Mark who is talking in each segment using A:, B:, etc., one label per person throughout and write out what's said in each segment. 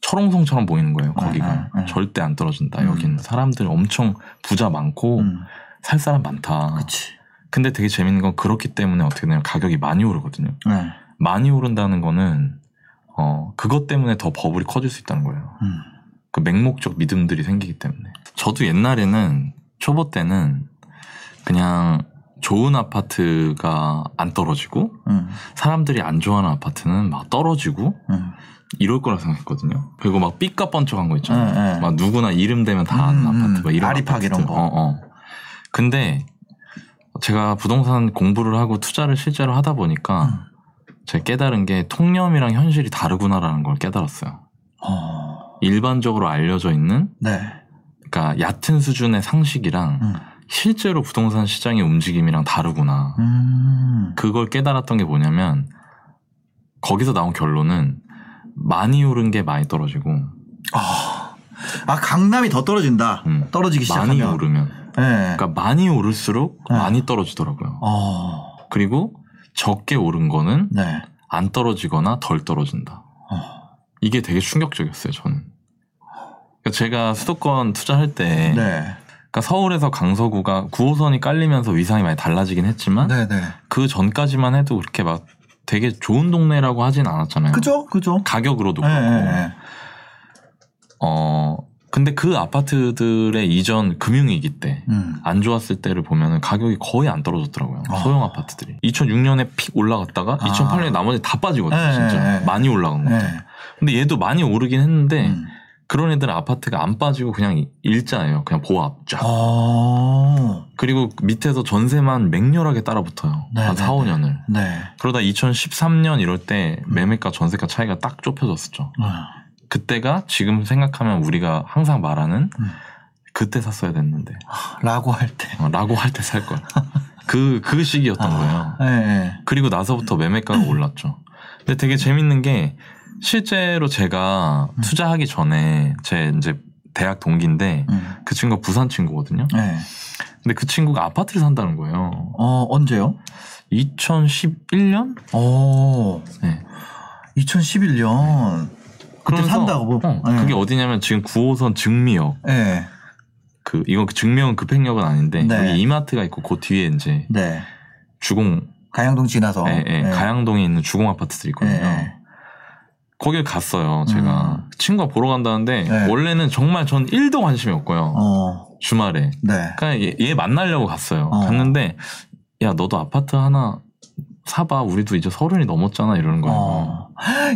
A: 철옹성처럼 보이는 거예요
B: 응,
A: 거기가
B: 응, 응.
A: 절대 안 떨어진다
B: 어, 네, 음.
A: 여기는 사람들이 엄청 부자 많고
B: 음,
A: 살 사람 많다
B: 그치.
A: 근데 되게 재밌는 건 그렇기 때문에 어떻게 되냐면 가격이 많이 오르거든요
B: 네.
A: 많이 오른다는 거는 어 그것 때문에 더 버블이 커질 수 있다는 거예요
B: 음.
A: 그 맹목적 믿음들이 생기기 때문에 저도 옛날에는 초보 때는 그냥 좋은 아파트가 안 떨어지고
B: 음.
A: 사람들이 안 좋아하는 아파트는 막 떨어지고
B: 음.
A: 이럴 거라 생각했거든요. 그리고 막 삐까뻔쩍한 거 있잖아요.
B: 네, 네.
A: 막 누구나 이름 대면 다 아는
B: 음,
A: 아파트,
B: 음.
A: 막 이런
B: 아리팍
A: 아파트들.
B: 이런 거.
A: 어, 어. 근데 제가 부동산 공부를 하고 투자를 실제로 하다
B: 음.
A: 보니까 제가 깨달은 게 통념이랑 현실이 다르구나라는 걸 깨달았어요.
B: 어.
A: 일반적으로 알려져 있는
B: 네.
A: 그러니까 얕은 수준의 상식이랑
B: 음.
A: 실제로 부동산 시장의 움직임이랑 다르구나.
B: 음.
A: 그걸 깨달았던 게 뭐냐면 거기서 나온 결론은 많이 오른 게 많이 떨어지고
B: 아. 아, 강남이 더 떨어진다.
A: 음.
B: 떨어지기 시작하면.
A: 많이 오르면
B: 네.
A: 그러니까 많이 오를수록
B: 네.
A: 많이 떨어지더라고요.
B: 어.
A: 그리고 적게 오른 거는
B: 네.
A: 안 떨어지거나 덜 떨어진다.
B: 어.
A: 이게 되게 충격적이었어요. 저는. 그러니까 제가 수도권 투자할 때
B: 네. 네.
A: 그러니까 서울에서 강서구가 9호선이 깔리면서 위상이 많이 달라지긴 했지만
B: 네. 네.
A: 그 전까지만 해도 그렇게 막 되게 좋은 동네라고 하진 않았잖아요.
B: 그죠? 그죠?
A: 가격으로도
B: 네.
A: 음. 그렇고.
B: 네. 네.
A: 어, 근데 그 아파트들의 이전 금융위기 때,
B: 음.
A: 안 좋았을 때를 보면은 가격이 거의 안 떨어졌더라고요.
B: 아.
A: 소형 아파트들이. 2006년에 픽 올라갔다가
B: 아.
A: 2008년에 나머지 다 빠지거든요,
B: 네,
A: 진짜.
B: 네.
A: 많이 올라간 거.
B: 네.
A: 근데 얘도 많이 오르긴 했는데,
B: 음.
A: 그런 애들은 아파트가 안 빠지고 그냥 일자예요. 그냥 보합 쫙.
B: 어.
A: 그리고 밑에서 전세만 맹렬하게 따라붙어요.
B: 네,
A: 한
B: 네,
A: 4,
B: 네.
A: 5년을.
B: 네.
A: 그러다 2013년 이럴 때
B: 음.
A: 매매가 전세가 차이가 딱 좁혀졌었죠.
B: 아,
A: 그때가 지금 생각하면 우리가 항상 말하는
B: 음.
A: 그때 샀어야 됐는데
B: 라고 할 때.
A: 어, 라고 할 때 살 걸. 그, 그 시기였던
B: 아.
A: 거예요.
B: 네. 네.
A: 그리고 나서부터 매매가가
B: 음.
A: 올랐죠. 근데 되게 재밌는 게 실제로 제가
B: 음.
A: 투자하기 전에 제 이제 대학 동기인데
B: 음.
A: 그 친구가 부산 친구거든요.
B: 네.
A: 근데 그 친구가 아파트를 산다는 거예요.
B: 어, 언제요?
A: 2011년?
B: 오.
A: 네.
B: 2011년. 그때 산다고 뭐.
A: 어,
B: 네.
A: 그게 어디냐면 지금 9호선 증미역
B: 네.
A: 그 이건 그 증명은 급행역은 아닌데
B: 네.
A: 여기 이마트가 있고 그 뒤에 이제
B: 네.
A: 주공
B: 가양동 지나서.
A: 예, 예,
B: 네.
A: 가양동에 있는 주공 아파트들이 있거든요.
B: 네.
A: 거길 갔어요. 제가
B: 음.
A: 친구가 보러 간다는데
B: 네.
A: 원래는 정말 전 1도 관심이 없고요.
B: 어.
A: 주말에
B: 네.
A: 그러니까 얘, 얘 만나려고 갔어요.
B: 어.
A: 갔는데 야 너도 아파트 하나 사봐. 우리도 이제 서른이 넘었잖아 이러는 거예요.
B: 어.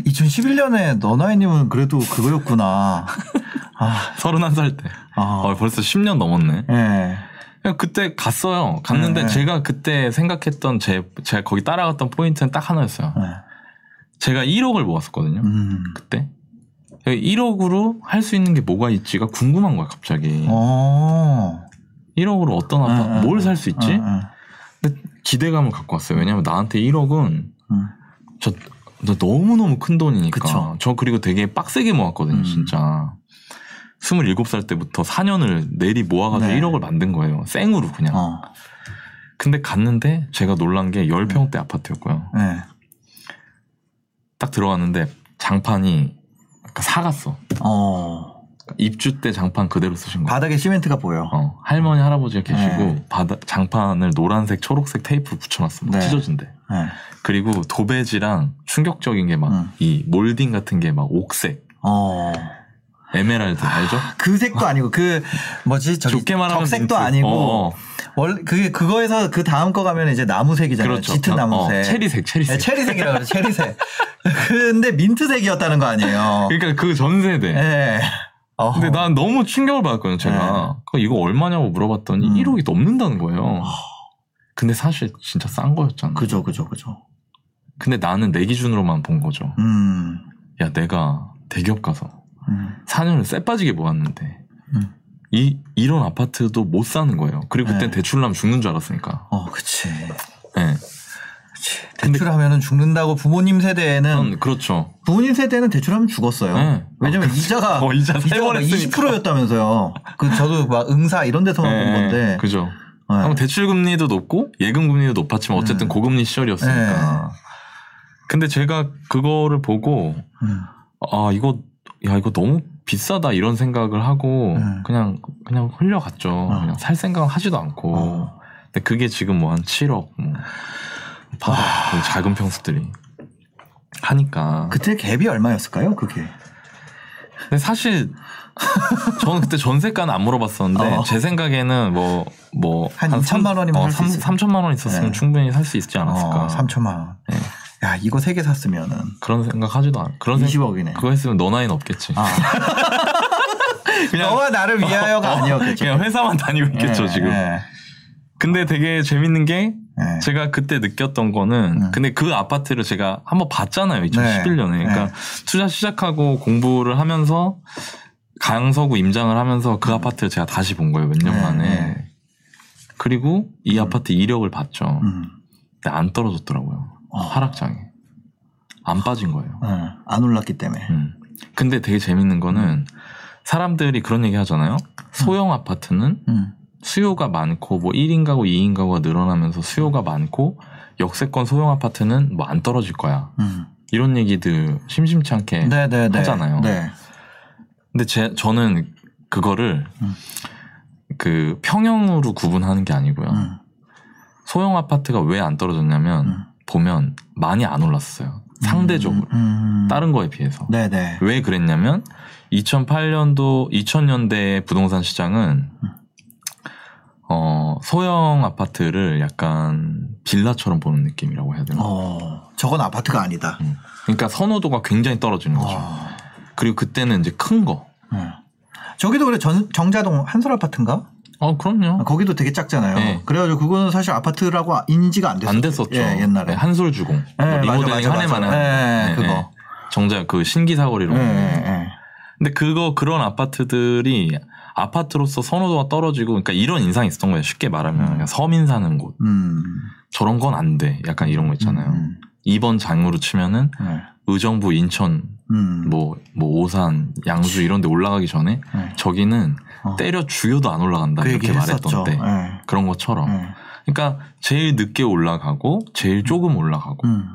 B: 2011년에 너나이님은 그래도 그거였구나. 아,
A: 31살 때.
B: 아.
A: 어, 벌써 10년 넘었네.
B: 예.
A: 그냥 그때 갔어요. 갔는데
B: 네.
A: 제가 그때 생각했던 제, 제가 거기 따라갔던 포인트는 딱 하나였어요.
B: 예.
A: 제가 1억을 모았었거든요.
B: 음.
A: 그때. 1억으로 할 수 있는 게 뭐가 있지가 궁금한 거야, 갑자기.
B: 어.
A: 1억으로 어떤
B: 응, 응,
A: 아파트, 뭘 살 수 있지?
B: 응, 응.
A: 기대감을 갖고 왔어요. 왜냐면 나한테 1억은
B: 응.
A: 저, 저 너무너무 큰 돈이니까.
B: 그쵸.
A: 저 그리고 되게 빡세게 모았거든요,
B: 음.
A: 진짜. 27살 때부터 4년을 내리 모아가지고
B: 네.
A: 1억을 만든 거예요. 생으로 그냥.
B: 어.
A: 근데 갔는데 제가 놀란 게
B: 음.
A: 10평대 아파트였고요.
B: 예.
A: 딱 들어갔는데 장판이 아까 사갔어.
B: 어.
A: 그러니까 입주 때 장판 그대로 쓰신 거예요.
B: 바닥에 시멘트가 보여.
A: 어, 할머니 할아버지가 계시고
B: 네.
A: 바다- 장판을 노란색 초록색 테이프 붙여놨어. 막
B: 네.
A: 찢어진대.
B: 예.
A: 그리고 도배지랑 충격적인 게 막
B: 음.
A: 이 몰딩 같은 게 막 옥색,
B: 어.
A: 에메랄드 알죠?
B: 그 색도 아니고 그 뭐지 저기
A: 좋게 말하면
B: 적색도
A: 민트.
B: 아니고
A: 어, 어.
B: 원래 그게 그거에서 그 다음 거 가면 이제 나무색이잖아요.
A: 그렇죠.
B: 짙은
A: 어,
B: 나무색.
A: 체리색,
B: 네,
A: 체리색.
B: 체리색이라 그래. 체리색. 근데 민트색이었다는 거 아니에요.
A: 그러니까 그 전세대.
B: 예. 어. 네.
A: 근데 난 너무 충격을 받았거든요, 제가. 그거 이거 얼마냐고 물어봤더니
B: 음. 아.
A: 1억이 넘는다는 거예요. 근데 사실 진짜 싼 거였잖아.
B: 그죠, 그죠, 그죠.
A: 근데 나는 내 기준으로만 본 거죠.
B: 음.
A: 야, 내가 대기업 가서
B: 음.
A: 4년을 쎄빠지게 모았는데
B: 음.
A: 이 이런 아파트도 못 사는 거예요. 그리고 그때
B: 네.
A: 대출남 죽는 줄 알았으니까.
B: 어, 그치.
A: 네.
B: 그치. 대출하면은 죽는다고 부모님 세대에는
A: 음, 그렇죠.
B: 부모님 세대는 대출하면 죽었어요.
A: 네.
B: 왜냐면 이자가
A: 어, 이자 세
B: 아, 이자가
A: 번
B: 막
A: 했으니까.
B: 20%였다면서요. 그 저도 막 응사 이런 데서만 본
A: 예,
B: 건데.
A: 그죠.
B: 네.
A: 아마 대출 금리도 높고 예금 금리도 높았지만 어쨌든
B: 음.
A: 고금리 시절이었으니까.
B: 네.
A: 근데 제가 그거를 보고
B: 음.
A: 아 이거 야 이거 너무 비싸다 이런 생각을 하고
B: 음.
A: 그냥 그냥 흘려갔죠.
B: 어.
A: 그냥 살 생각 하지도 않고.
B: 어.
A: 근데 그게 지금 뭐 한 7억 뭐 봐봐 그 작은 평수들이 하니까.
B: 아. 그때 갭이 얼마였을까요? 그게.
A: 근데 사실 저는 그때 전세가는 안 물어봤었는데
B: 어.
A: 제 생각에는 뭐
B: 한
A: 뭐한
B: 2천만 원이면
A: 어,
B: 살수
A: 3,
B: 있을
A: 3천만 원 있었으면
B: 네.
A: 충분히 살 수 있지 않았을까.
B: 어, 3천만 원.
A: 네.
B: 야, 이거 세 개 샀으면은
A: 그런 생각 하지도 않. 그런 생각
B: 20억이네.
A: 그거 했으면 너 나이는 없겠지.
B: 아, 너와 나를 위하여가 아니었겠죠.
A: 어, 그냥 회사만 다니고 있겠죠
B: 예,
A: 지금.
B: 예,
A: 근데 되게 재밌는 게
B: 예.
A: 제가 그때 느꼈던 거는
B: 음.
A: 근데 그 아파트를 제가 한번 봤잖아요 2011년에 그러니까
B: 네.
A: 투자 시작하고 공부를 하면서 강서구 임장을 하면서 그 아파트를 제가 다시 본 거예요 몇 년
B: 네,
A: 만에
B: 네.
A: 그리고 이 아파트 이력을 봤죠
B: 음.
A: 근데 안 떨어졌더라고요
B: 어.
A: 하락장에 안 빠진 거예요
B: 응, 안 올랐기 때문에.
A: 음. 근데 되게 재밌는 거는 사람들이 그런 얘기 하잖아요 소형 아파트는
B: 음.
A: 수요가 많고 뭐 1인 가구, 2인 가구가 늘어나면서 수요가 많고 역세권 소형 아파트는 뭐 안 떨어질 거야.
B: 음.
A: 이런 얘기들 심심치 않게.
B: 네, 네, 네.
A: 하잖아요.
B: 네.
A: 근데 제 저는 그거를
B: 음.
A: 그 평형으로 구분하는 게 아니고요.
B: 음.
A: 소형 아파트가 왜 안 떨어졌냐면
B: 음.
A: 보면 많이 안 올랐어요. 상대적으로
B: 음.
A: 다른 거에 비해서.
B: 네, 네.
A: 왜 그랬냐면 2008년도 2000년대 부동산 시장은
B: 음.
A: 어, 소형 아파트를 약간 빌라처럼 보는 느낌이라고 해야 되나?
B: 어, 저건 아파트가 아니다.
A: 음. 그러니까 선호도가 굉장히 떨어지는 거죠.
B: 어.
A: 그리고 그때는 이제 큰 거.
B: 음. 저기도 그래 전, 정자동 한솔 아파트인가?
A: 어, 그럼요.
B: 거기도 되게 작잖아요.
A: 네.
B: 그래가지고 그거는 사실 아파트라고 인지가 안 됐었죠.
A: 안 됐었죠.
B: 예, 옛날에.
A: 네, 한솔주공.
B: 예,
A: 뭐
B: 맞아,
A: 리모델링
B: 맞아,
A: 한 해만에.
B: 맞아.
A: 한-
B: 예,
A: 네,
B: 그거.
A: 네. 정작 그 신기사거리로.
B: 예, 예,
A: 근데 그거, 그런 아파트들이 아파트로서 선호도가 떨어지고, 그러니까 이런 인상이 있었던 거예요. 쉽게 말하면.
B: 음.
A: 그러니까 그냥 서민 사는 곳.
B: 음.
A: 저런 건 안 돼. 약간 이런 거 있잖아요.
B: 음.
A: 2번 장으로 치면은
B: 네.
A: 의정부, 인천,
B: 음.
A: 뭐, 뭐 오산, 양수 이런 데 올라가기 전에
B: 네.
A: 저기는
B: 어.
A: 때려 죽여도 안 올라간다.
B: 그
A: 이렇게
B: 얘기 했었죠.
A: 말했던 때.
B: 예,
A: 그런 것처럼.
B: 예.
A: 그러니까 제일 늦게 올라가고 제일 조금 올라가고
B: 음.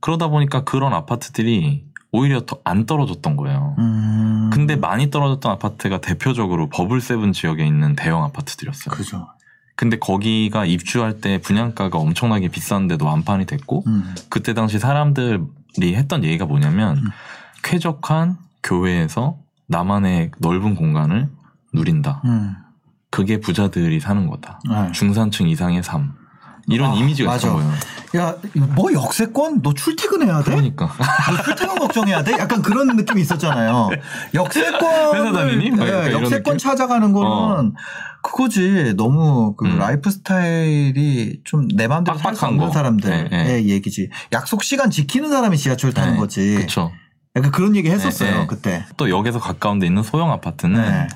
A: 그러다 보니까 그런 아파트들이 오히려 더 안 떨어졌던 거예요.
B: 음.
A: 근데 많이 떨어졌던 아파트가 대표적으로 버블세븐 지역에 있는 대형 아파트들이었어요.
B: 그죠.
A: 근데 거기가 입주할 때 분양가가 엄청나게 비싼데도 완판이 됐고
B: 음.
A: 그때 당시 사람들이 했던 얘기가 뭐냐면
B: 음.
A: 쾌적한 교외에서 나만의 넓은 공간을 누린다.
B: 음.
A: 그게 부자들이 사는 거다.
B: 네.
A: 중산층 이상의 삶. 이런
B: 아,
A: 이미지가 있는
B: 맞아.
A: 거예요.
B: 야, 뭐 역세권? 너 출퇴근해야 돼?
A: 그러니까.
B: 너 출퇴근 걱정해야 돼? 약간 그런 느낌이 있었잖아요. 역세권.
A: 회사 다니니? 막 약간 이런
B: 역세권
A: 느낌? 어.
B: 찾아가는 거는 그거지. 너무 그
A: 음.
B: 라이프 스타일이 좀 내 마음대로 살 수
A: 빡빡한
B: 없는
A: 거.
B: 사람들의
A: 예, 예.
B: 얘기지. 약속 시간 지키는 사람이 지하철 타는
A: 네,
B: 거지.
A: 그렇죠.
B: 약간 그런 얘기 했었어요,
A: 예, 예.
B: 그때.
A: 또 역에서 가까운 데 있는 소형 아파트는
B: 네.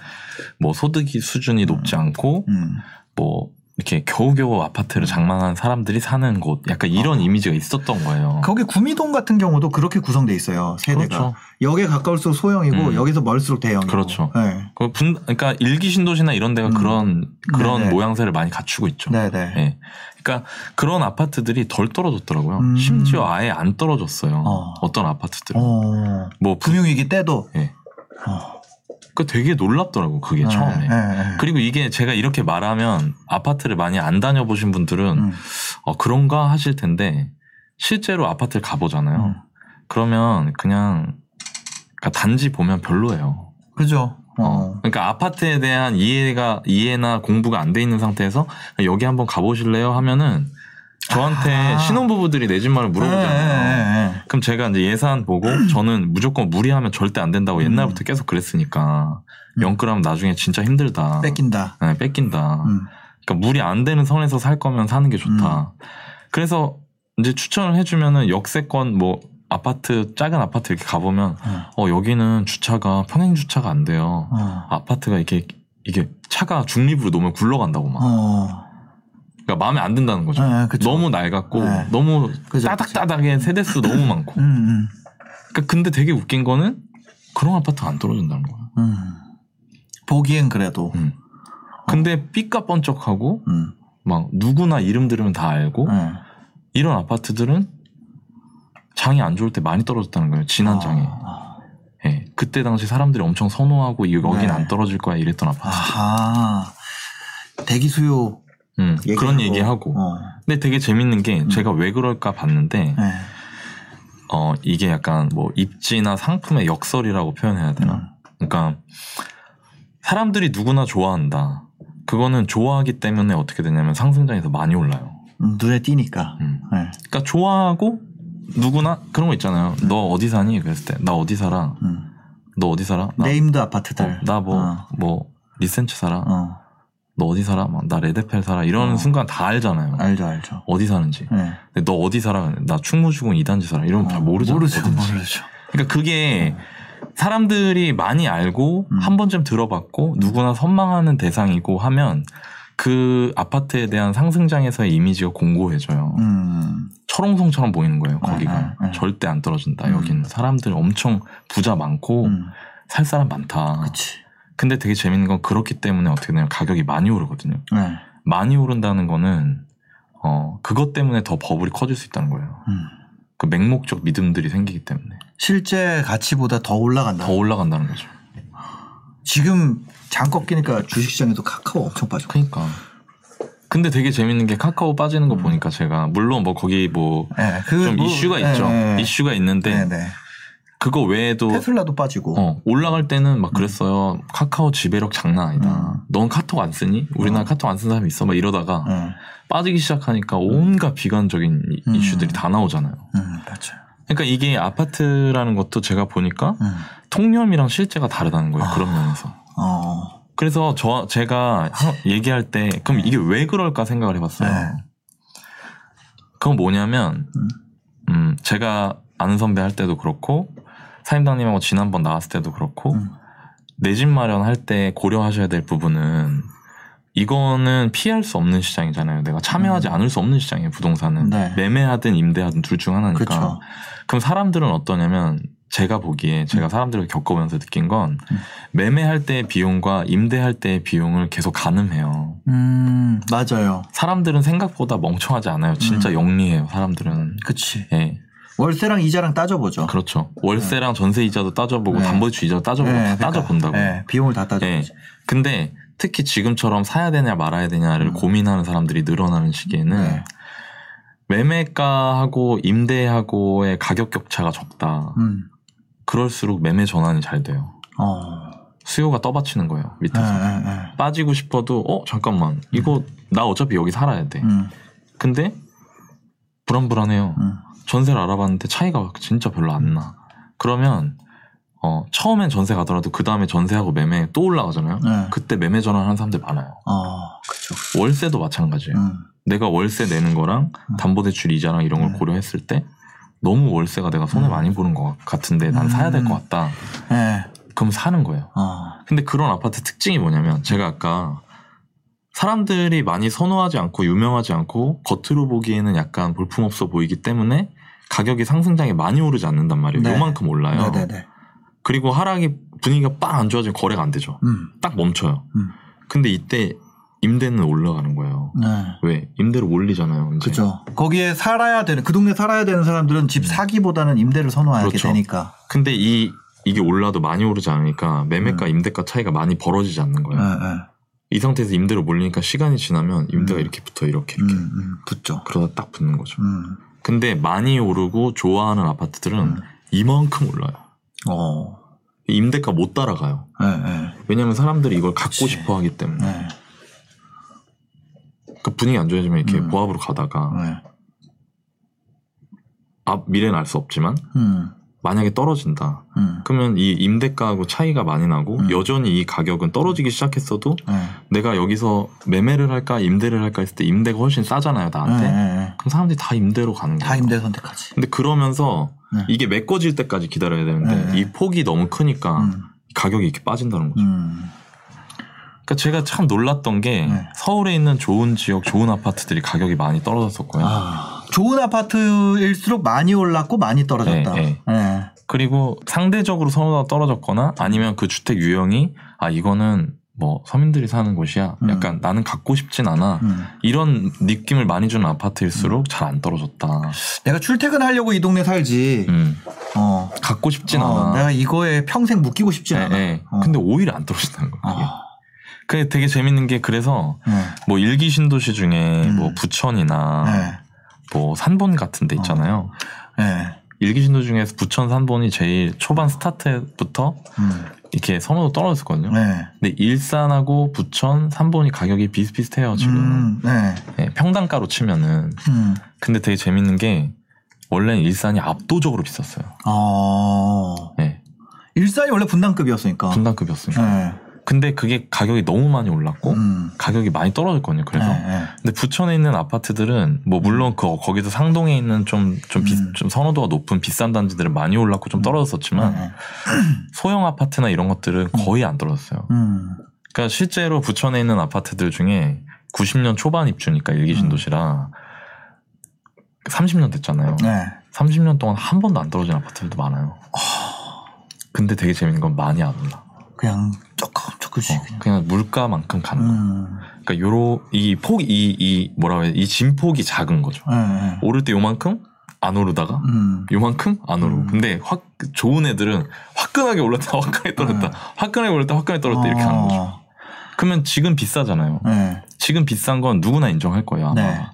A: 뭐 소득이 수준이 높지 않고
B: 음.
A: 뭐 이렇게 겨우겨우 아파트를 장만한 사람들이 사는 곳 약간
B: 아.
A: 이런 이미지가 있었던 거예요.
B: 거기 구미동 같은 경우도 그렇게 구성돼 있어요, 그 세대가.
A: 그렇죠.
B: 역에 가까울수록 소형이고
A: 음.
B: 여기서 멀수록 대형이고.
A: 그렇죠.
B: 네.
A: 그 분, 그러니까 일기 신도시나 이런 데가
B: 음.
A: 그런 그런
B: 네네.
A: 모양새를 많이 갖추고 있죠.
B: 네, 네.
A: 예. 그러니까 그런 아파트들이 덜 떨어졌더라고요.
B: 음.
A: 심지어 아예 안 떨어졌어요.
B: 어.
A: 어. 떤 아파트들은
B: 어.
A: 뭐 그,
B: 금융위기 때도.
A: 예.
B: 어.
A: 그 되게 놀랍더라고 그게
B: 예,
A: 처음에.
B: 예, 예.
A: 그리고 이게 제가 이렇게 말하면 아파트를 많이 안 다녀보신 분들은
B: 음.
A: 어, 그런가 하실 텐데 실제로 아파트를 가보잖아요.
B: 음.
A: 그러면 그냥 그러니까 단지 보면 별로예요.
B: 그죠.
A: 어.
B: 어.
A: 그러니까 아파트에 대한 이해가 이해나 공부가 안 돼 있는 상태에서 여기 한번 가보실래요 하면은 저한테
B: 아.
A: 신혼부부들이 내 집 마을 물어보잖아요.
B: 예, 예, 예.
A: 그럼 제가 이제 예산 보고
B: 음.
A: 저는 무조건 무리하면 절대 안 된다고 옛날부터 계속 그랬으니까
B: 음.
A: 영끌하면 나중에 진짜 힘들다.
B: 뺏긴다.
A: 네, 뺏긴다.
B: 음.
A: 그러니까 물이 안 되는 선에서 살 거면 사는 게 좋다. 그래서 이제 추천을 해주면은 역세권 뭐 아파트 작은 아파트 이렇게 가보면
B: 어.
A: 어 여기는 주차가 평행 주차가 안 돼요.
B: 어.
A: 아파트가 이렇게 이게 차가 중립으로 놓으면 굴러간다고 막.
B: 어.
A: 그러니까 마음에 안 든다는 거죠.
B: 네, 그쵸.
A: 너무 낡았고
B: 네.
A: 너무
B: 그죠,
A: 따닥따닥에 세대수 너무 많고.
B: 음, 음,
A: 그러니까 근데 되게 웃긴 거는 그런 아파트 안 떨어진다는 거야.
B: 음. 보기엔 그래도.
A: 음.
B: 어.
A: 근데 삐까 번쩍하고
B: 음.
A: 막 누구나 이름 들으면 다 알고
B: 네.
A: 이런 아파트들은 장이 안 좋을 때 많이 떨어졌다는 거예요. 지난 장에.
B: 아,
A: 예. 그때 당시 사람들이 엄청 선호하고 이거 여긴
B: 네.
A: 안 떨어질 거야 이랬던 아파트.
B: 아하. 대기 수요.
A: 음,
B: 얘기하고.
A: 그런 얘기하고.
B: 어.
A: 근데 되게 재밌는 게
B: 음.
A: 제가 왜 그럴까 봤는데
B: 네.
A: 어 이게 약간 뭐 입지나 상품의 역설이라고 표현해야 되나?
B: 음.
A: 그러니까 사람들이 누구나 좋아한다. 그거는 좋아하기 때문에 어떻게 되냐면 상승장에서 많이 올라요.
B: 음, 눈에 띄니까.
A: 음.
B: 네.
A: 그러니까 좋아하고 누구나 그런 거 있잖아요. 너 어디 사니? 그랬을 때 나 어디 살아?
B: 음.
A: 너 어디 살아?
B: 네임드 아파트들.
A: 나뭐뭐
B: 어.
A: 리센츠 살아?
B: 어.
A: 너 어디 살아? 막, 나 레드펠 살아? 이런
B: 어.
A: 순간 다 알잖아요.
B: 알죠, 알죠.
A: 어디 사는지.
B: 네.
A: 근데 너 어디 살아? 나 충무주공 2단지 살아? 이러면 다 모르잖아요.
B: 모르죠,
A: 어딘지.
B: 모르죠.
A: 그러니까 그게 사람들이 많이 알고
B: 음.
A: 한 번쯤 들어봤고 누구나 선망하는 대상이고 하면 그 아파트에 대한 상승장에서의 이미지가 공고해져요.
B: 음.
A: 철옹성처럼 보이는 거예요.
B: 아,
A: 거기가
B: 아, 아.
A: 절대 안 떨어진다.
B: 음.
A: 여기는 사람들이 엄청 부자 많고
B: 음.
A: 살 사람 많다.
B: 그치.
A: 근데 되게 재밌는 건 그렇기 때문에 어떻게 되냐면 가격이 많이 오르거든요.
B: 네.
A: 많이 오른다는 거는 어 그것 때문에 더 버블이 커질 수 있다는 거예요.
B: 음.
A: 그 맹목적 믿음들이 생기기 때문에
B: 실제 가치보다 더 올라간다.
A: 더 올라간다는 거죠.
B: 지금 장 꺾이니까 주식시장에도 카카오 엄청 빠져.
A: 그니까. 근데 되게 재밌는 게 카카오 빠지는 거
B: 음.
A: 보니까 제가 물론 뭐 거기 뭐 좀
B: 네, 그 뭐-
A: 이슈가
B: 네,
A: 있죠.
B: 네.
A: 이슈가 있는데
B: 네, 네.
A: 그거 외에도
B: 테슬라도 빠지고.
A: 어, 올라갈 때는 막 그랬어요. 카카오 지배력 장난 아니다.
B: 음.
A: 넌 카톡 안 쓰니?
B: 음.
A: 우리나라 카톡 안 쓰는 사람이 있어. 막 이러다가
B: 음,
A: 빠지기 시작하니까 온갖 비관적인 이-
B: 음.
A: 이슈들이 다 나오잖아요.
B: 음, 맞아요.
A: 그러니까 이게 아파트라는 것도 제가 보니까
B: 음.
A: 통념이랑 실제가 다르다는 거예요.
B: 아.
A: 그런 면에서.
B: 어,
A: 그래서 저 제가 하- 얘기할 때 그럼 이게 왜 그럴까 생각을 해봤어요.
B: 네.
A: 그건 뭐냐면
B: 음.
A: 음, 제가 아는 선배 할 때도 그렇고 사임당님하고 지난번 나왔을 때도 그렇고
B: 음.
A: 내 집 마련할 때 고려하셔야 될 부분은 이거는 피할 수 없는 시장이잖아요. 내가 참여하지
B: 음.
A: 않을 수 없는 시장이에요. 부동산은
B: 네.
A: 매매하든 임대하든 둘 중 하나니까.
B: 그렇죠.
A: 그럼 사람들은 어떠냐면 제가 보기에 제가 사람들을 겪어보면서 느낀 건
B: 음.
A: 매매할 때의 비용과 임대할 때의 비용을 계속 가늠해요.
B: 음, 맞아요.
A: 사람들은 생각보다 멍청하지 않아요. 진짜
B: 음.
A: 영리해요. 사람들은.
B: 그치.
A: 예.
B: 월세랑 이자랑 따져보죠.
A: 그렇죠. 월세랑 전세 이자도 따져보고
B: 음. 네.
A: 담보대출 이자도 따져보고
B: 네,
A: 다
B: 그러니까.
A: 따져본다고. 요
B: 네, 비용을 다
A: 예.
B: 따져보죠.
A: 근데 특히 지금처럼 사야 되냐 말아야 되냐를
B: 음.
A: 고민하는 사람들이 늘어나는 시기에는
B: 네.
A: 매매가하고 임대하고의 가격 격차가 적다.
B: 음,
A: 그럴수록 매매 전환이 잘 돼요.
B: 어,
A: 수요가 떠받치는 거예요.
B: 예,
A: 밑에서.
B: 예, 예.
A: 빠지고 싶어도 어 잠깐만 이거 나 어차피 여기 살아야 돼.
B: 음,
A: 근데 불안불안해요.
B: 음,
A: 전세를 알아봤는데 차이가 진짜 별로 안 나. 그러면 어 처음엔 전세 가더라도 그 다음에 전세하고 매매 또 올라가잖아요.
B: 네.
A: 그때 매매 전환하는 사람들 많아요.
B: 어, 그쵸.
A: 월세도 마찬가지예요.
B: 음,
A: 내가 월세 내는 거랑
B: 음.
A: 담보대출 이자랑 이런 걸
B: 음.
A: 고려했을 때 너무 월세가 내가 손해
B: 음.
A: 많이 보는 것 같은데 난 사야 될 것 같다.
B: 예,
A: 그럼 사는 거예요.
B: 어,
A: 근데 그런 아파트 특징이 뭐냐면 제가 아까 사람들이 많이 선호하지 않고 유명하지 않고 겉으로 보기에는 약간 볼품없어 보이기 때문에 가격이 상승장에 많이 오르지 않는단 말이에요.
B: 네.
A: 요만큼 올라요.
B: 네네네.
A: 그리고 하락이 분위기가 빡 안 좋아지면 거래가 안 되죠.
B: 음,
A: 딱 멈춰요.
B: 음.
A: 근데 이때 임대는 올라가는 거예요.
B: 네.
A: 왜? 임대를 올리잖아요. 이제.
B: 그죠. 네. 거기에 살아야 되는 그 동네 살아야 되는 사람들은 집
A: 음.
B: 사기보다는 임대를 선호하게
A: 그렇죠.
B: 되니까.
A: 근데 이 이게 올라도 많이 오르지 않으니까
B: 음.
A: 매매가 임대가 차이가 많이 벌어지지 않는
B: 예,
A: 거예요.
B: 예.
A: 이 상태에서 임대로 몰리니까 시간이 지나면 임대가
B: 음.
A: 이렇게 붙어 이렇게
B: 음,
A: 이렇게
B: 음, 붙죠.
A: 그러다 딱 붙는 거죠.
B: 음,
A: 근데 많이 오르고 좋아하는 아파트들은
B: 음.
A: 이만큼 올라요.
B: 어,
A: 임대가 못 따라가요.
B: 예, 예,
A: 왜냐면 사람들이 이걸 갖고
B: 그치.
A: 싶어 하기 때문에.
B: 예,
A: 그 분위기 안 좋아지면 이렇게
B: 음.
A: 보합으로 가다가
B: 예.
A: 앞 미래는 알 수 없지만
B: 음,
A: 만약에 떨어진다.
B: 음,
A: 그러면 이 임대가하고 차이가 많이 나고
B: 음.
A: 여전히 이 가격은 떨어지기 시작했어도
B: 예,
A: 내가 여기서 매매를 할까 임대를 할까 했을 때 임대가 훨씬 싸잖아요 나한테.
B: 예, 예, 예.
A: 그럼 사람들이 다 임대로 가는 거예요.
B: 다 임대 선택하지.
A: 근데 그러면서
B: 네.
A: 이게 메꿔질 때까지 기다려야 되는데
B: 네.
A: 이 폭이 너무 크니까
B: 음,
A: 가격이 이렇게 빠진다는 거죠.
B: 음.
A: 그러니까 제가 참 놀랐던 게
B: 네.
A: 서울에 있는 좋은 지역, 좋은 아파트들이 가격이 많이 떨어졌었고요.
B: 아, 좋은 아파트일수록 많이 올랐고 많이 떨어졌다.
A: 네,
B: 네.
A: 그리고 상대적으로 선호도가 떨어졌거나 아니면 그 주택 유형이 아 이거는 뭐 서민들이 사는 곳이야.
B: 음.
A: 약간 나는 갖고 싶진 않아.
B: 음.
A: 이런 느낌을 많이 주는 아파트일수록 잘 안 떨어졌다.
B: 내가 출퇴근하려고 이 동네 살지.
A: 음.
B: 어.
A: 갖고 싶진
B: 어,
A: 않아.
B: 내가 이거에 평생 묶이고 싶진
A: 예,
B: 않아.
A: 예.
B: 어.
A: 근데 오히려 안 떨어진다는 거예요. 그게.
B: 아,
A: 그게 되게 재밌는 게 그래서
B: 네.
A: 뭐 일기 신도시 중에
B: 음.
A: 뭐 부천이나 뭐 산본 같은 데
B: 어.
A: 있잖아요.
B: 네. 네.
A: 일기 신도시 중에서 부천 산본이 제일 초반 스타트부터
B: 음.
A: 이렇게 선호도 떨어졌거든요.
B: 네.
A: 근데 일산하고 부천 산본이 가격이 비슷비슷해요 지금
B: 음, 네.
A: 예, 평당가로 치면은.
B: 음.
A: 근데 되게 재밌는 게 원래는 일산이 압도적으로 비쌌어요.
B: 어.
A: 예,
B: 일산이 원래 분당급이었으니까.
A: 분당급이었으니까.
B: 네.
A: 근데 그게 가격이 너무 많이 올랐고
B: 음.
A: 가격이 많이 떨어졌거든요. 어? 그래서
B: 네, 네.
A: 근데 부천에 있는 아파트들은 뭐 물론 그 거기도 상동에 있는 좀 좀
B: 음.
A: 선호도가 높은 비싼 단지들은 많이 올랐고 좀 떨어졌었지만
B: 네, 네.
A: 소형 아파트나 이런 것들은 거의 안 떨어졌어요.
B: 음.
A: 그러니까 실제로 부천에 있는 아파트들 중에 90년 초반 입주니까 일기 신도시라 30년 됐잖아요.
B: 네.
A: 30년 동안 한 번도 안 떨어진 아파트들도 많아요. 근데 되게 재밌는 건 많이 안 올라.
B: 그냥 조금 조금씩.
A: 어, 그냥 물가만큼 가는 거예요.
B: 음.
A: 그러니까 요로 이 폭이 이, 이 뭐라 해야 돼? 이 진폭이 작은 거죠.
B: 네, 네.
A: 오를 때 요만큼 안 오르다가
B: 음.
A: 요만큼 안 오르고
B: 음.
A: 근데 확 좋은 애들은 화끈하게 올랐다 화끈하게 떨어졌다
B: 네.
A: 화끈하게 올랐다 화끈하게 떨어졌다 이렇게 하는 거죠
B: 어,
A: 그러면 지금 비싸잖아요
B: 네.
A: 지금 비싼 건 누구나 인정할 거예요 아마
B: 네.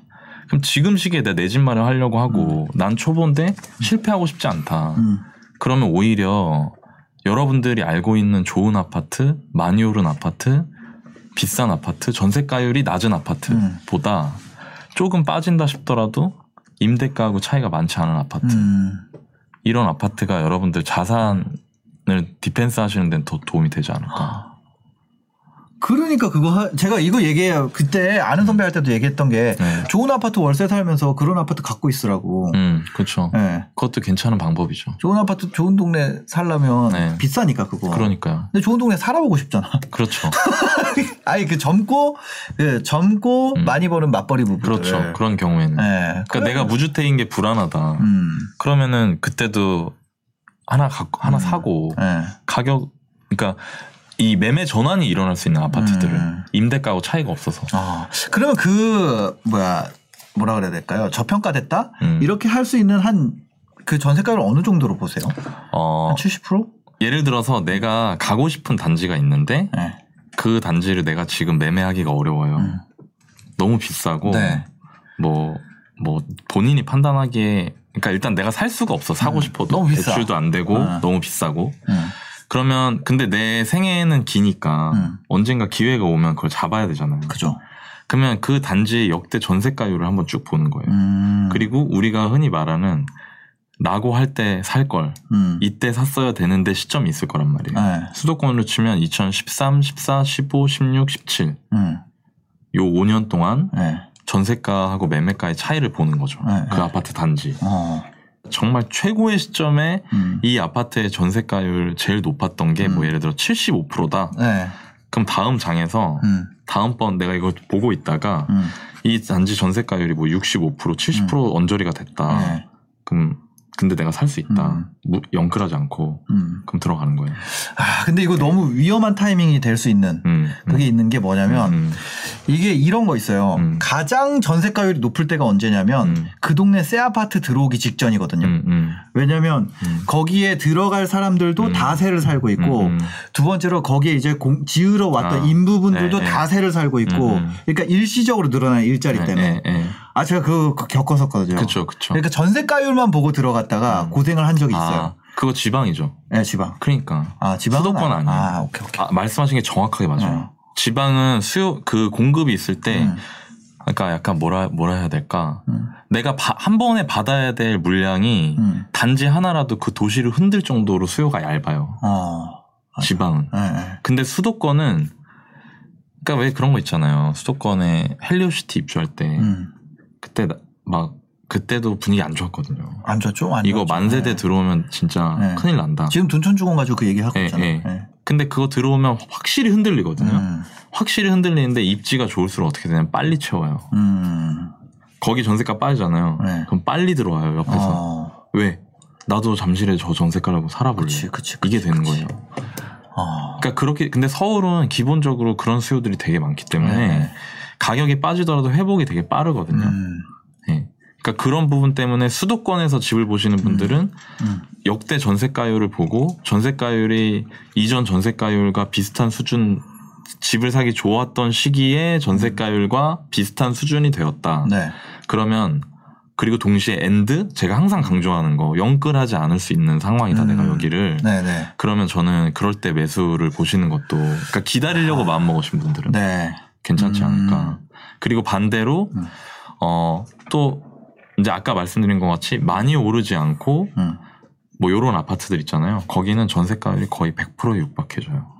A: 그럼 지금 시기에 내 내 집 마련하려고 하고 난 초보인데 실패하고 싶지 않다
B: 음.
A: 그러면 오히려 여러분들이 알고 있는 좋은 아파트 많이 오른 아파트 비싼 아파트 전세가율이 낮은 아파트보다
B: 음.
A: 조금 빠진다 싶더라도 임대가하고 차이가 많지 않은 아파트
B: 음.
A: 이런 아파트가 여러분들 자산을 디펜스 하시는 데는 더 도움이 되지 않을까.
B: 아. 그러니까 그거 하- 제가 이거 얘기해요. 그때 아는 선배 할 때도 얘기했던 게
A: 네.
B: 좋은 아파트 월세 살면서 그런 아파트 갖고 있으라고.
A: 음, 그렇죠.
B: 예.
A: 그것도 괜찮은 방법이죠.
B: 좋은 아파트 좋은 동네 살려면
A: 네.
B: 비싸니까 그거.
A: 그러니까요.
B: 근데 좋은 동네 살아보고 싶잖아.
A: 그렇죠.
B: 아니 그 젊고 그 젊고
A: 음.
B: 많이 버는 맞벌이 부부들.
A: 그렇죠. 그런 경우에는.
B: 예.
A: 그러니까 내가 무주택인 게 불안하다.
B: 네. 음.
A: 그러면은 그때도 하나 갖고 하나
B: 음.
A: 사고
B: 예.
A: 가격 그러니까 이 매매 전환이 일어날 수 있는 아파트들을
B: 음.
A: 임대가하고 차이가 없어서
B: 아, 그러면 그 뭐야 뭐라 그래야 될까요? 저평가됐다
A: 음.
B: 이렇게 할 수 있는 한 그 전세가를 어느 정도로 보세요?
A: 어,
B: 한 70%?
A: 예를 들어서 내가 가고 싶은 단지가 있는데
B: 네.
A: 그 단지를 내가 지금 매매하기가 어려워요.
B: 음.
A: 너무 비싸고
B: 네.
A: 뭐, 뭐 본인이 판단하기에 그러니까 일단 내가 살 수가 없어 사고
B: 음,
A: 싶어도
B: 너무 비싸.
A: 대출도 안 되고
B: 아.
A: 너무 비싸고
B: 음.
A: 그러면 근데 내 생애는 기니까
B: 음.
A: 언젠가 기회가 오면 그걸 잡아야 되잖아요.
B: 그죠.
A: 그러면 그 단지의 역대 전세가율을 한번 쭉 보는 거예요.
B: 음.
A: 그리고 우리가 흔히 말하는 라고 할 때 살 걸
B: 음.
A: 이때 샀어야 되는데 시점이 있을 거란 말이에요.
B: 네.
A: 수도권으로 치면 2013, 14, 15, 16, 17 요
B: 음.
A: 5년 동안
B: 네.
A: 전세가하고 매매가의 차이를 보는 거죠.
B: 네,
A: 그
B: 네.
A: 아파트 단지.
B: 어.
A: 정말 최고의 시점에
B: 음.
A: 이 아파트의 전세가율 제일 높았던 게 뭐
B: 음.
A: 예를 들어 75%다.
B: 네.
A: 그럼 다음 장에서
B: 음.
A: 다음번 내가 이거 보고 있다가
B: 음.
A: 이 단지 전세가율이 뭐 65%, 70% 언저리가 됐다.
B: 네.
A: 그럼 근데 내가 살 수 있다.
B: 음.
A: 무- 영끌하지 않고
B: 음.
A: 그럼 들어가는 거예요.
B: 아, 근데 이거 너무 위험한 타이밍이 될 수 있는
A: 음, 음,
B: 그게 있는 게 뭐냐면
A: 음,
B: 이게 이런 거 있어요.
A: 음.
B: 가장 전세가율이 높을 때가 언제냐면
A: 음.
B: 그 동네 새 아파트 들어오기 직전이거든요.
A: 음, 음,
B: 왜냐면
A: 음.
B: 거기에 들어갈 사람들도
A: 음.
B: 다 새를 살고 있고
A: 음, 음.
B: 두 번째로 거기에 이제 공- 지으러 왔던
A: 아,
B: 인부분들도
A: 네,
B: 다 새를 살고 있고
A: 음, 음.
B: 그러니까 일시적으로 늘어난 일자리 때문에
A: 예, 예, 예.
B: 아 제가 그거 겪었었거든요.
A: 그쵸, 그쵸.
B: 그러니까 전세가율만 보고 들어갔다가
A: 음.
B: 고생을 한 적이
A: 아,
B: 있어요.
A: 그거 지방이죠.
B: 네, 지방.
A: 그러니까
B: 아 지방
A: 수도권 아니에요.
B: 아 오케이 오케이.
A: 아, 말씀하신 게 정확하게 맞아요. 지방은 수요 그 공급이 있을 때,
B: 네. 음,
A: 그러니까 약간 뭐라 뭐라 해야 될까?
B: 음,
A: 내가 바- 한 번에 받아야 될 물량이
B: 음.
A: 단지 하나라도 그 도시를 흔들 정도로 수요가 얇아요.
B: 어. 맞아요.
A: 지방은.
B: 예, 예.
A: 근데 수도권은 그러니까 왜 그런 거 있잖아요. 수도권에 헬리오시티 입주할 때
B: 음.
A: 그때 나- 막 그때도 분위기 안 좋았거든요.
B: 안 좋죠? 안
A: 이거
B: 좋죠.
A: 만세대
B: 예.
A: 들어오면 진짜
B: 네.
A: 큰일 난다.
B: 지금 둔촌주공 가지고 그 얘기 하고
A: 어. 예,
B: 있잖아요.
A: 예.
B: 예.
A: 근데 그거 들어오면 확실히 흔들리거든요.
B: 음.
A: 확실히 흔들리는데 입지가 좋을수록 어떻게 되냐면 빨리 채워요.
B: 음.
A: 거기 전세가 빠지잖아요.
B: 네.
A: 그럼 빨리 들어와요 옆에서.
B: 어.
A: 왜? 나도 잠실에 저 전세가라고 살아볼래.
B: 그치, 그치,
A: 이게
B: 그치,
A: 되는
B: 그치.
A: 거예요.
B: 어.
A: 그러니까 그렇게 근데 서울은 기본적으로 그런 수요들이 되게 많기 때문에
B: 네.
A: 가격이 빠지더라도 회복이 되게 빠르거든요.
B: 음.
A: 예. 그러니까 그런 부분 때문에 수도권에서 집을 보시는 분들은
B: 음.
A: 역대 전세가율을 보고 전세가율이 이전 전세가율과 비슷한 수준 집을 사기 좋았던 시기에 전세가율과 비슷한 수준이 되었다.
B: 음. 네.
A: 그러면 그리고 동시에 엔드 제가 항상 강조하는 거 영끌하지 않을 수 있는 상황이다
B: 음.
A: 내가 여기를
B: 네, 네.
A: 그러면 저는 그럴 때 매수를 보시는 것도 그러니까 기다리려고 마음 먹으신 분들은
B: 아. 네.
A: 괜찮지
B: 음.
A: 않을까. 그리고 반대로
B: 음.
A: 어 또 이제 아까 말씀드린 것 같이 많이 오르지 않고
B: 음.
A: 뭐 요런 아파트들 있잖아요. 거기는 전세가율이 거의 100%에 육박해져요.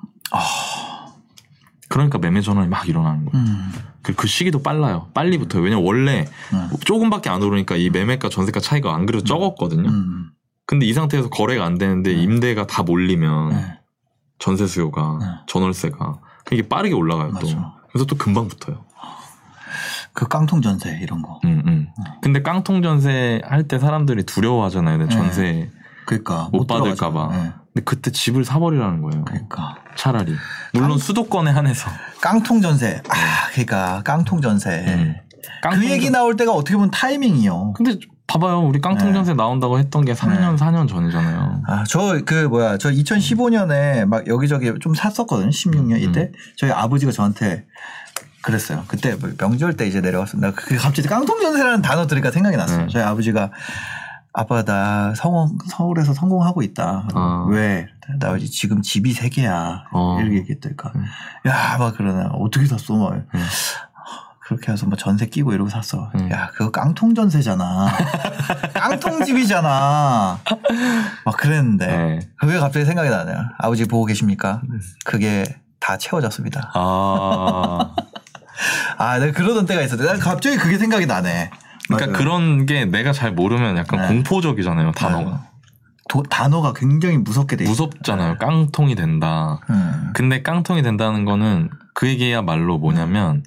A: 그러니까 매매 전환이 막 일어나는 거예요.
B: 아. 음.
A: 그, 그 시기도 빨라요. 빨리 붙어요. 왜냐면 원래
B: 음.
A: 조금밖에 안 오르니까 이 매매가 전세가 차이가 안 그래도 적었거든요.
B: 음.
A: 근데 이 상태에서 거래가 안 되는데
B: 음.
A: 임대가 다 몰리면
B: 네.
A: 전세 수요가
B: 네.
A: 전월세가 그게 빠르게 올라가요 또.
B: 맞아.
A: 그래서 또 금방 붙어요.
B: 그 깡통 전세 이런 거.
A: 음, 음. 근데 깡통 전세 할 때 사람들이 두려워하잖아요. 내
B: 네.
A: 전세.
B: 그러니까
A: 못
B: 들어가죠.
A: 받을까 봐.
B: 네.
A: 근데 그때 집을 사버리라는 거예요.
B: 그러니까
A: 차라리. 물론 수도권에 한해서.
B: 깡통 전세. 아, 그러니까 깡통 전세.
A: 음. 깡통
B: 그 얘기 나올 때가 어떻게 보면 타이밍이요.
A: 근데 봐봐요. 우리 깡통
B: 네.
A: 전세 나온다고 했던 게 3년, 4년 전이잖아요.
B: 아, 저 그 뭐야, 저 2015년에 막 여기저기 좀 샀었거든요. 16년 이때
A: 음.
B: 저희 아버지가 저한테 그랬어요. 그때 뭐 명절 때 이제 내려갔습니다. 그 갑자기 깡통 전세라는 단어 들으니까 생각이 났어요.
A: 네.
B: 저희 아버지가 아빠 나 성공 서울에서 성공하고 있다.
A: 아.
B: 왜? 나 이제 지금 집이 세 개야.
A: 어.
B: 이렇게 얘기했다니까.
A: 음.
B: 야, 막 그러나 어떻게 샀어? 막
A: 음.
B: 그렇게 해서 뭐 전세 끼고 이러고 샀어.
A: 음.
B: 야, 그거 깡통 전세잖아. 깡통 집이잖아. 막 그랬는데
A: 네.
B: 그게 갑자기 생각이 나네요. 아버지 보고 계십니까? 그게 다 채워졌습니다.
A: 아.
B: 아, 내가 그러던 때가 있었는데 난 갑자기 그게 생각이 나네.
A: 그러니까
B: 맞아요.
A: 그런 게 내가 잘 모르면 약간
B: 네.
A: 공포적이잖아요. 단어가.
B: 맞아요. 네. 도- 단어가 굉장히 무섭게 돼. 있- 네.
A: 무섭잖아요. 깡통이 된다.
B: 음.
A: 근데 깡통이 된다는 거는 그 얘기야말로 뭐냐면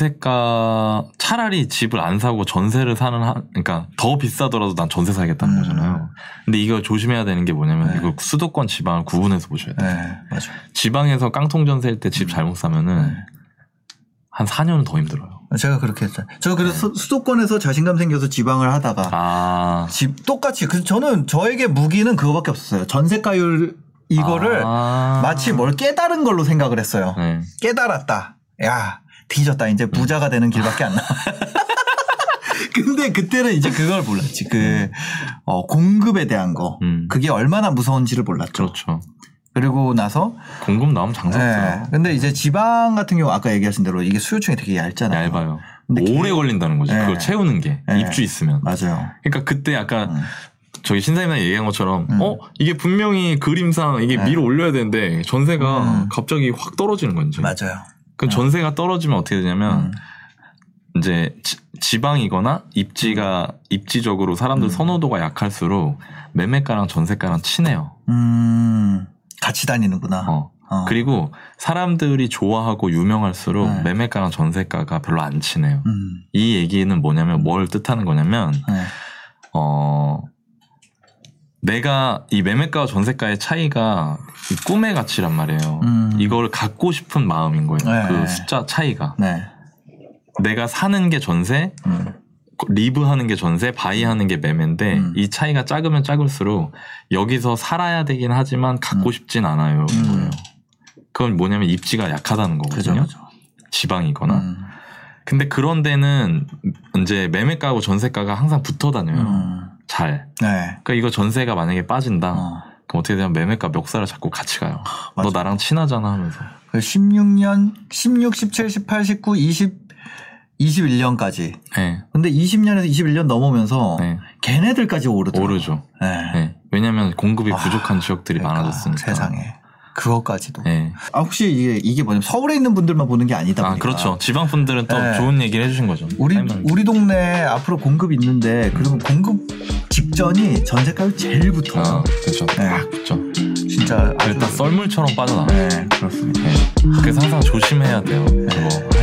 A: 전세가 차라리 집을 안 사고 전세를 사는 한 그러니까 더 비싸더라도 난 전세 사겠다는
B: 음.
A: 거잖아요. 근데 이거 조심해야 되는 게 뭐냐면
B: 네.
A: 이걸 수도권 지방을 구분해서 보셔야 돼요.
B: 네, 맞아.
A: 지방에서 깡통 전세일 때
B: 음.
A: 집 잘못 사면은
B: 네.
A: 한 4년은 더 힘들어요.
B: 제가 그렇게 했어요. 저
A: 네.
B: 그래서 수- 수도권에서 자신감 생겨서 지방을 하다가
A: 아
B: 집 똑같이 그 저는 저에게 무기는 그거밖에 없었어요. 전세가율 이거를
A: 아.
B: 마치 뭘 깨달은 걸로 생각을 했어요.
A: 네.
B: 깨달았다. 야, 뒤졌다. 이제 부자가 되는 길밖에 안 나와. 근데 그때는 이제 그걸 몰랐지. 그, 어, 공급에 대한 거.
A: 음.
B: 그게 얼마나 무서운지를 몰랐죠.
A: 그렇죠.
B: 그리고 나서,
A: 공급 나오면 장사
B: 네.
A: 없어요.
B: 근데 이제 지방 같은 경우 아까 얘기하신 대로 이게 수요층이 되게 얇잖아요.
A: 얇아요.
B: 네. 근데
A: 오래 걸린다는 거지.
B: 네.
A: 그걸 채우는 게
B: 네.
A: 입주 있으면.
B: 맞아요.
A: 그러니까 그때 약간
B: 음.
A: 저기 신사임당 얘기한 것처럼
B: 음.
A: 어 이게 분명히 그림상 이게
B: 네.
A: 위로 올려야 되는데 전세가
B: 음.
A: 갑자기 확 떨어지는 건지.
B: 맞아요.
A: 그럼 전세가 떨어지면 어떻게 되냐면
B: 음.
A: 이제 지, 지방이거나 입지가 입지적으로 사람들
B: 음.
A: 선호도가 약할수록 매매가랑 전세가랑 친해요.
B: 음, 같이 다니는구나.
A: 어.
B: 어.
A: 그리고 사람들이 좋아하고 유명할수록
B: 네.
A: 매매가랑 전세가가 별로 안 친해요.
B: 음,
A: 이 얘기는 뭐냐면 뭘 뜻하는 거냐면
B: 네.
A: 어, 내가 이 매매가와 전세가의 차이가 이 꿈의 가치란 말이에요.
B: 음.
A: 이걸 갖고 싶은 마음인 거예요.
B: 네.
A: 그 숫자 차이가.
B: 네.
A: 내가 사는 게 전세,
B: 음.
A: 리브하는 게 전세, 바이하는 게 매매인데
B: 음.
A: 이 차이가 작으면 작을수록 여기서 살아야 되긴 하지만 갖고
B: 음.
A: 싶진 않아요. 인
B: 음.
A: 거예요. 그건 뭐냐면 입지가 약하다는
B: 그죠,
A: 거거든요.
B: 그죠.
A: 지방이거나.
B: 음.
A: 근데 그런 데는 이제 매매가하고 전세가가 항상 붙어 다녀요.
B: 음.
A: 잘.
B: 네.
A: 그러니까 이거 전세가 만약에 빠진다.
B: 어.
A: 그럼 어떻게 되면 매매가 멱살을 잡고 같이 가요.
B: 맞아.
A: 너 나랑 친하잖아 하면서.
B: 그 16년, 16, 17, 18, 19, 20, 21년까지.
A: 네.
B: 근데 20년에서 21년 넘으면서
A: 네.
B: 걔네들까지 오르더라고.
A: 오르죠.
B: 네.
A: 네. 왜냐면 공급이
B: 아,
A: 부족한 지역들이
B: 그러니까
A: 많아졌으니까.
B: 세상에. 그것까지도.
A: 네.
B: 아, 혹시 이게, 이게 뭐냐면 서울에 있는 분들만 보는 게 아니다 보니까.
A: 아, 그렇죠. 지방 분들은 또
B: 그러니까. 네.
A: 좋은 얘기를 해주신 거죠.
B: 우리,
A: 삶은.
B: 우리 동네에 앞으로 공급이 있는데, 그러면 공급 직전이 전세가율 제일 붙어요.
A: 아, 그렇죠.
B: 네.
A: 그렇죠.
B: 진짜. 진짜 아주
A: 일단 썰물처럼 빠져나와요.
B: 네 그렇습니다.
A: 네. 그래서 항상 조심해야 돼요. 그거.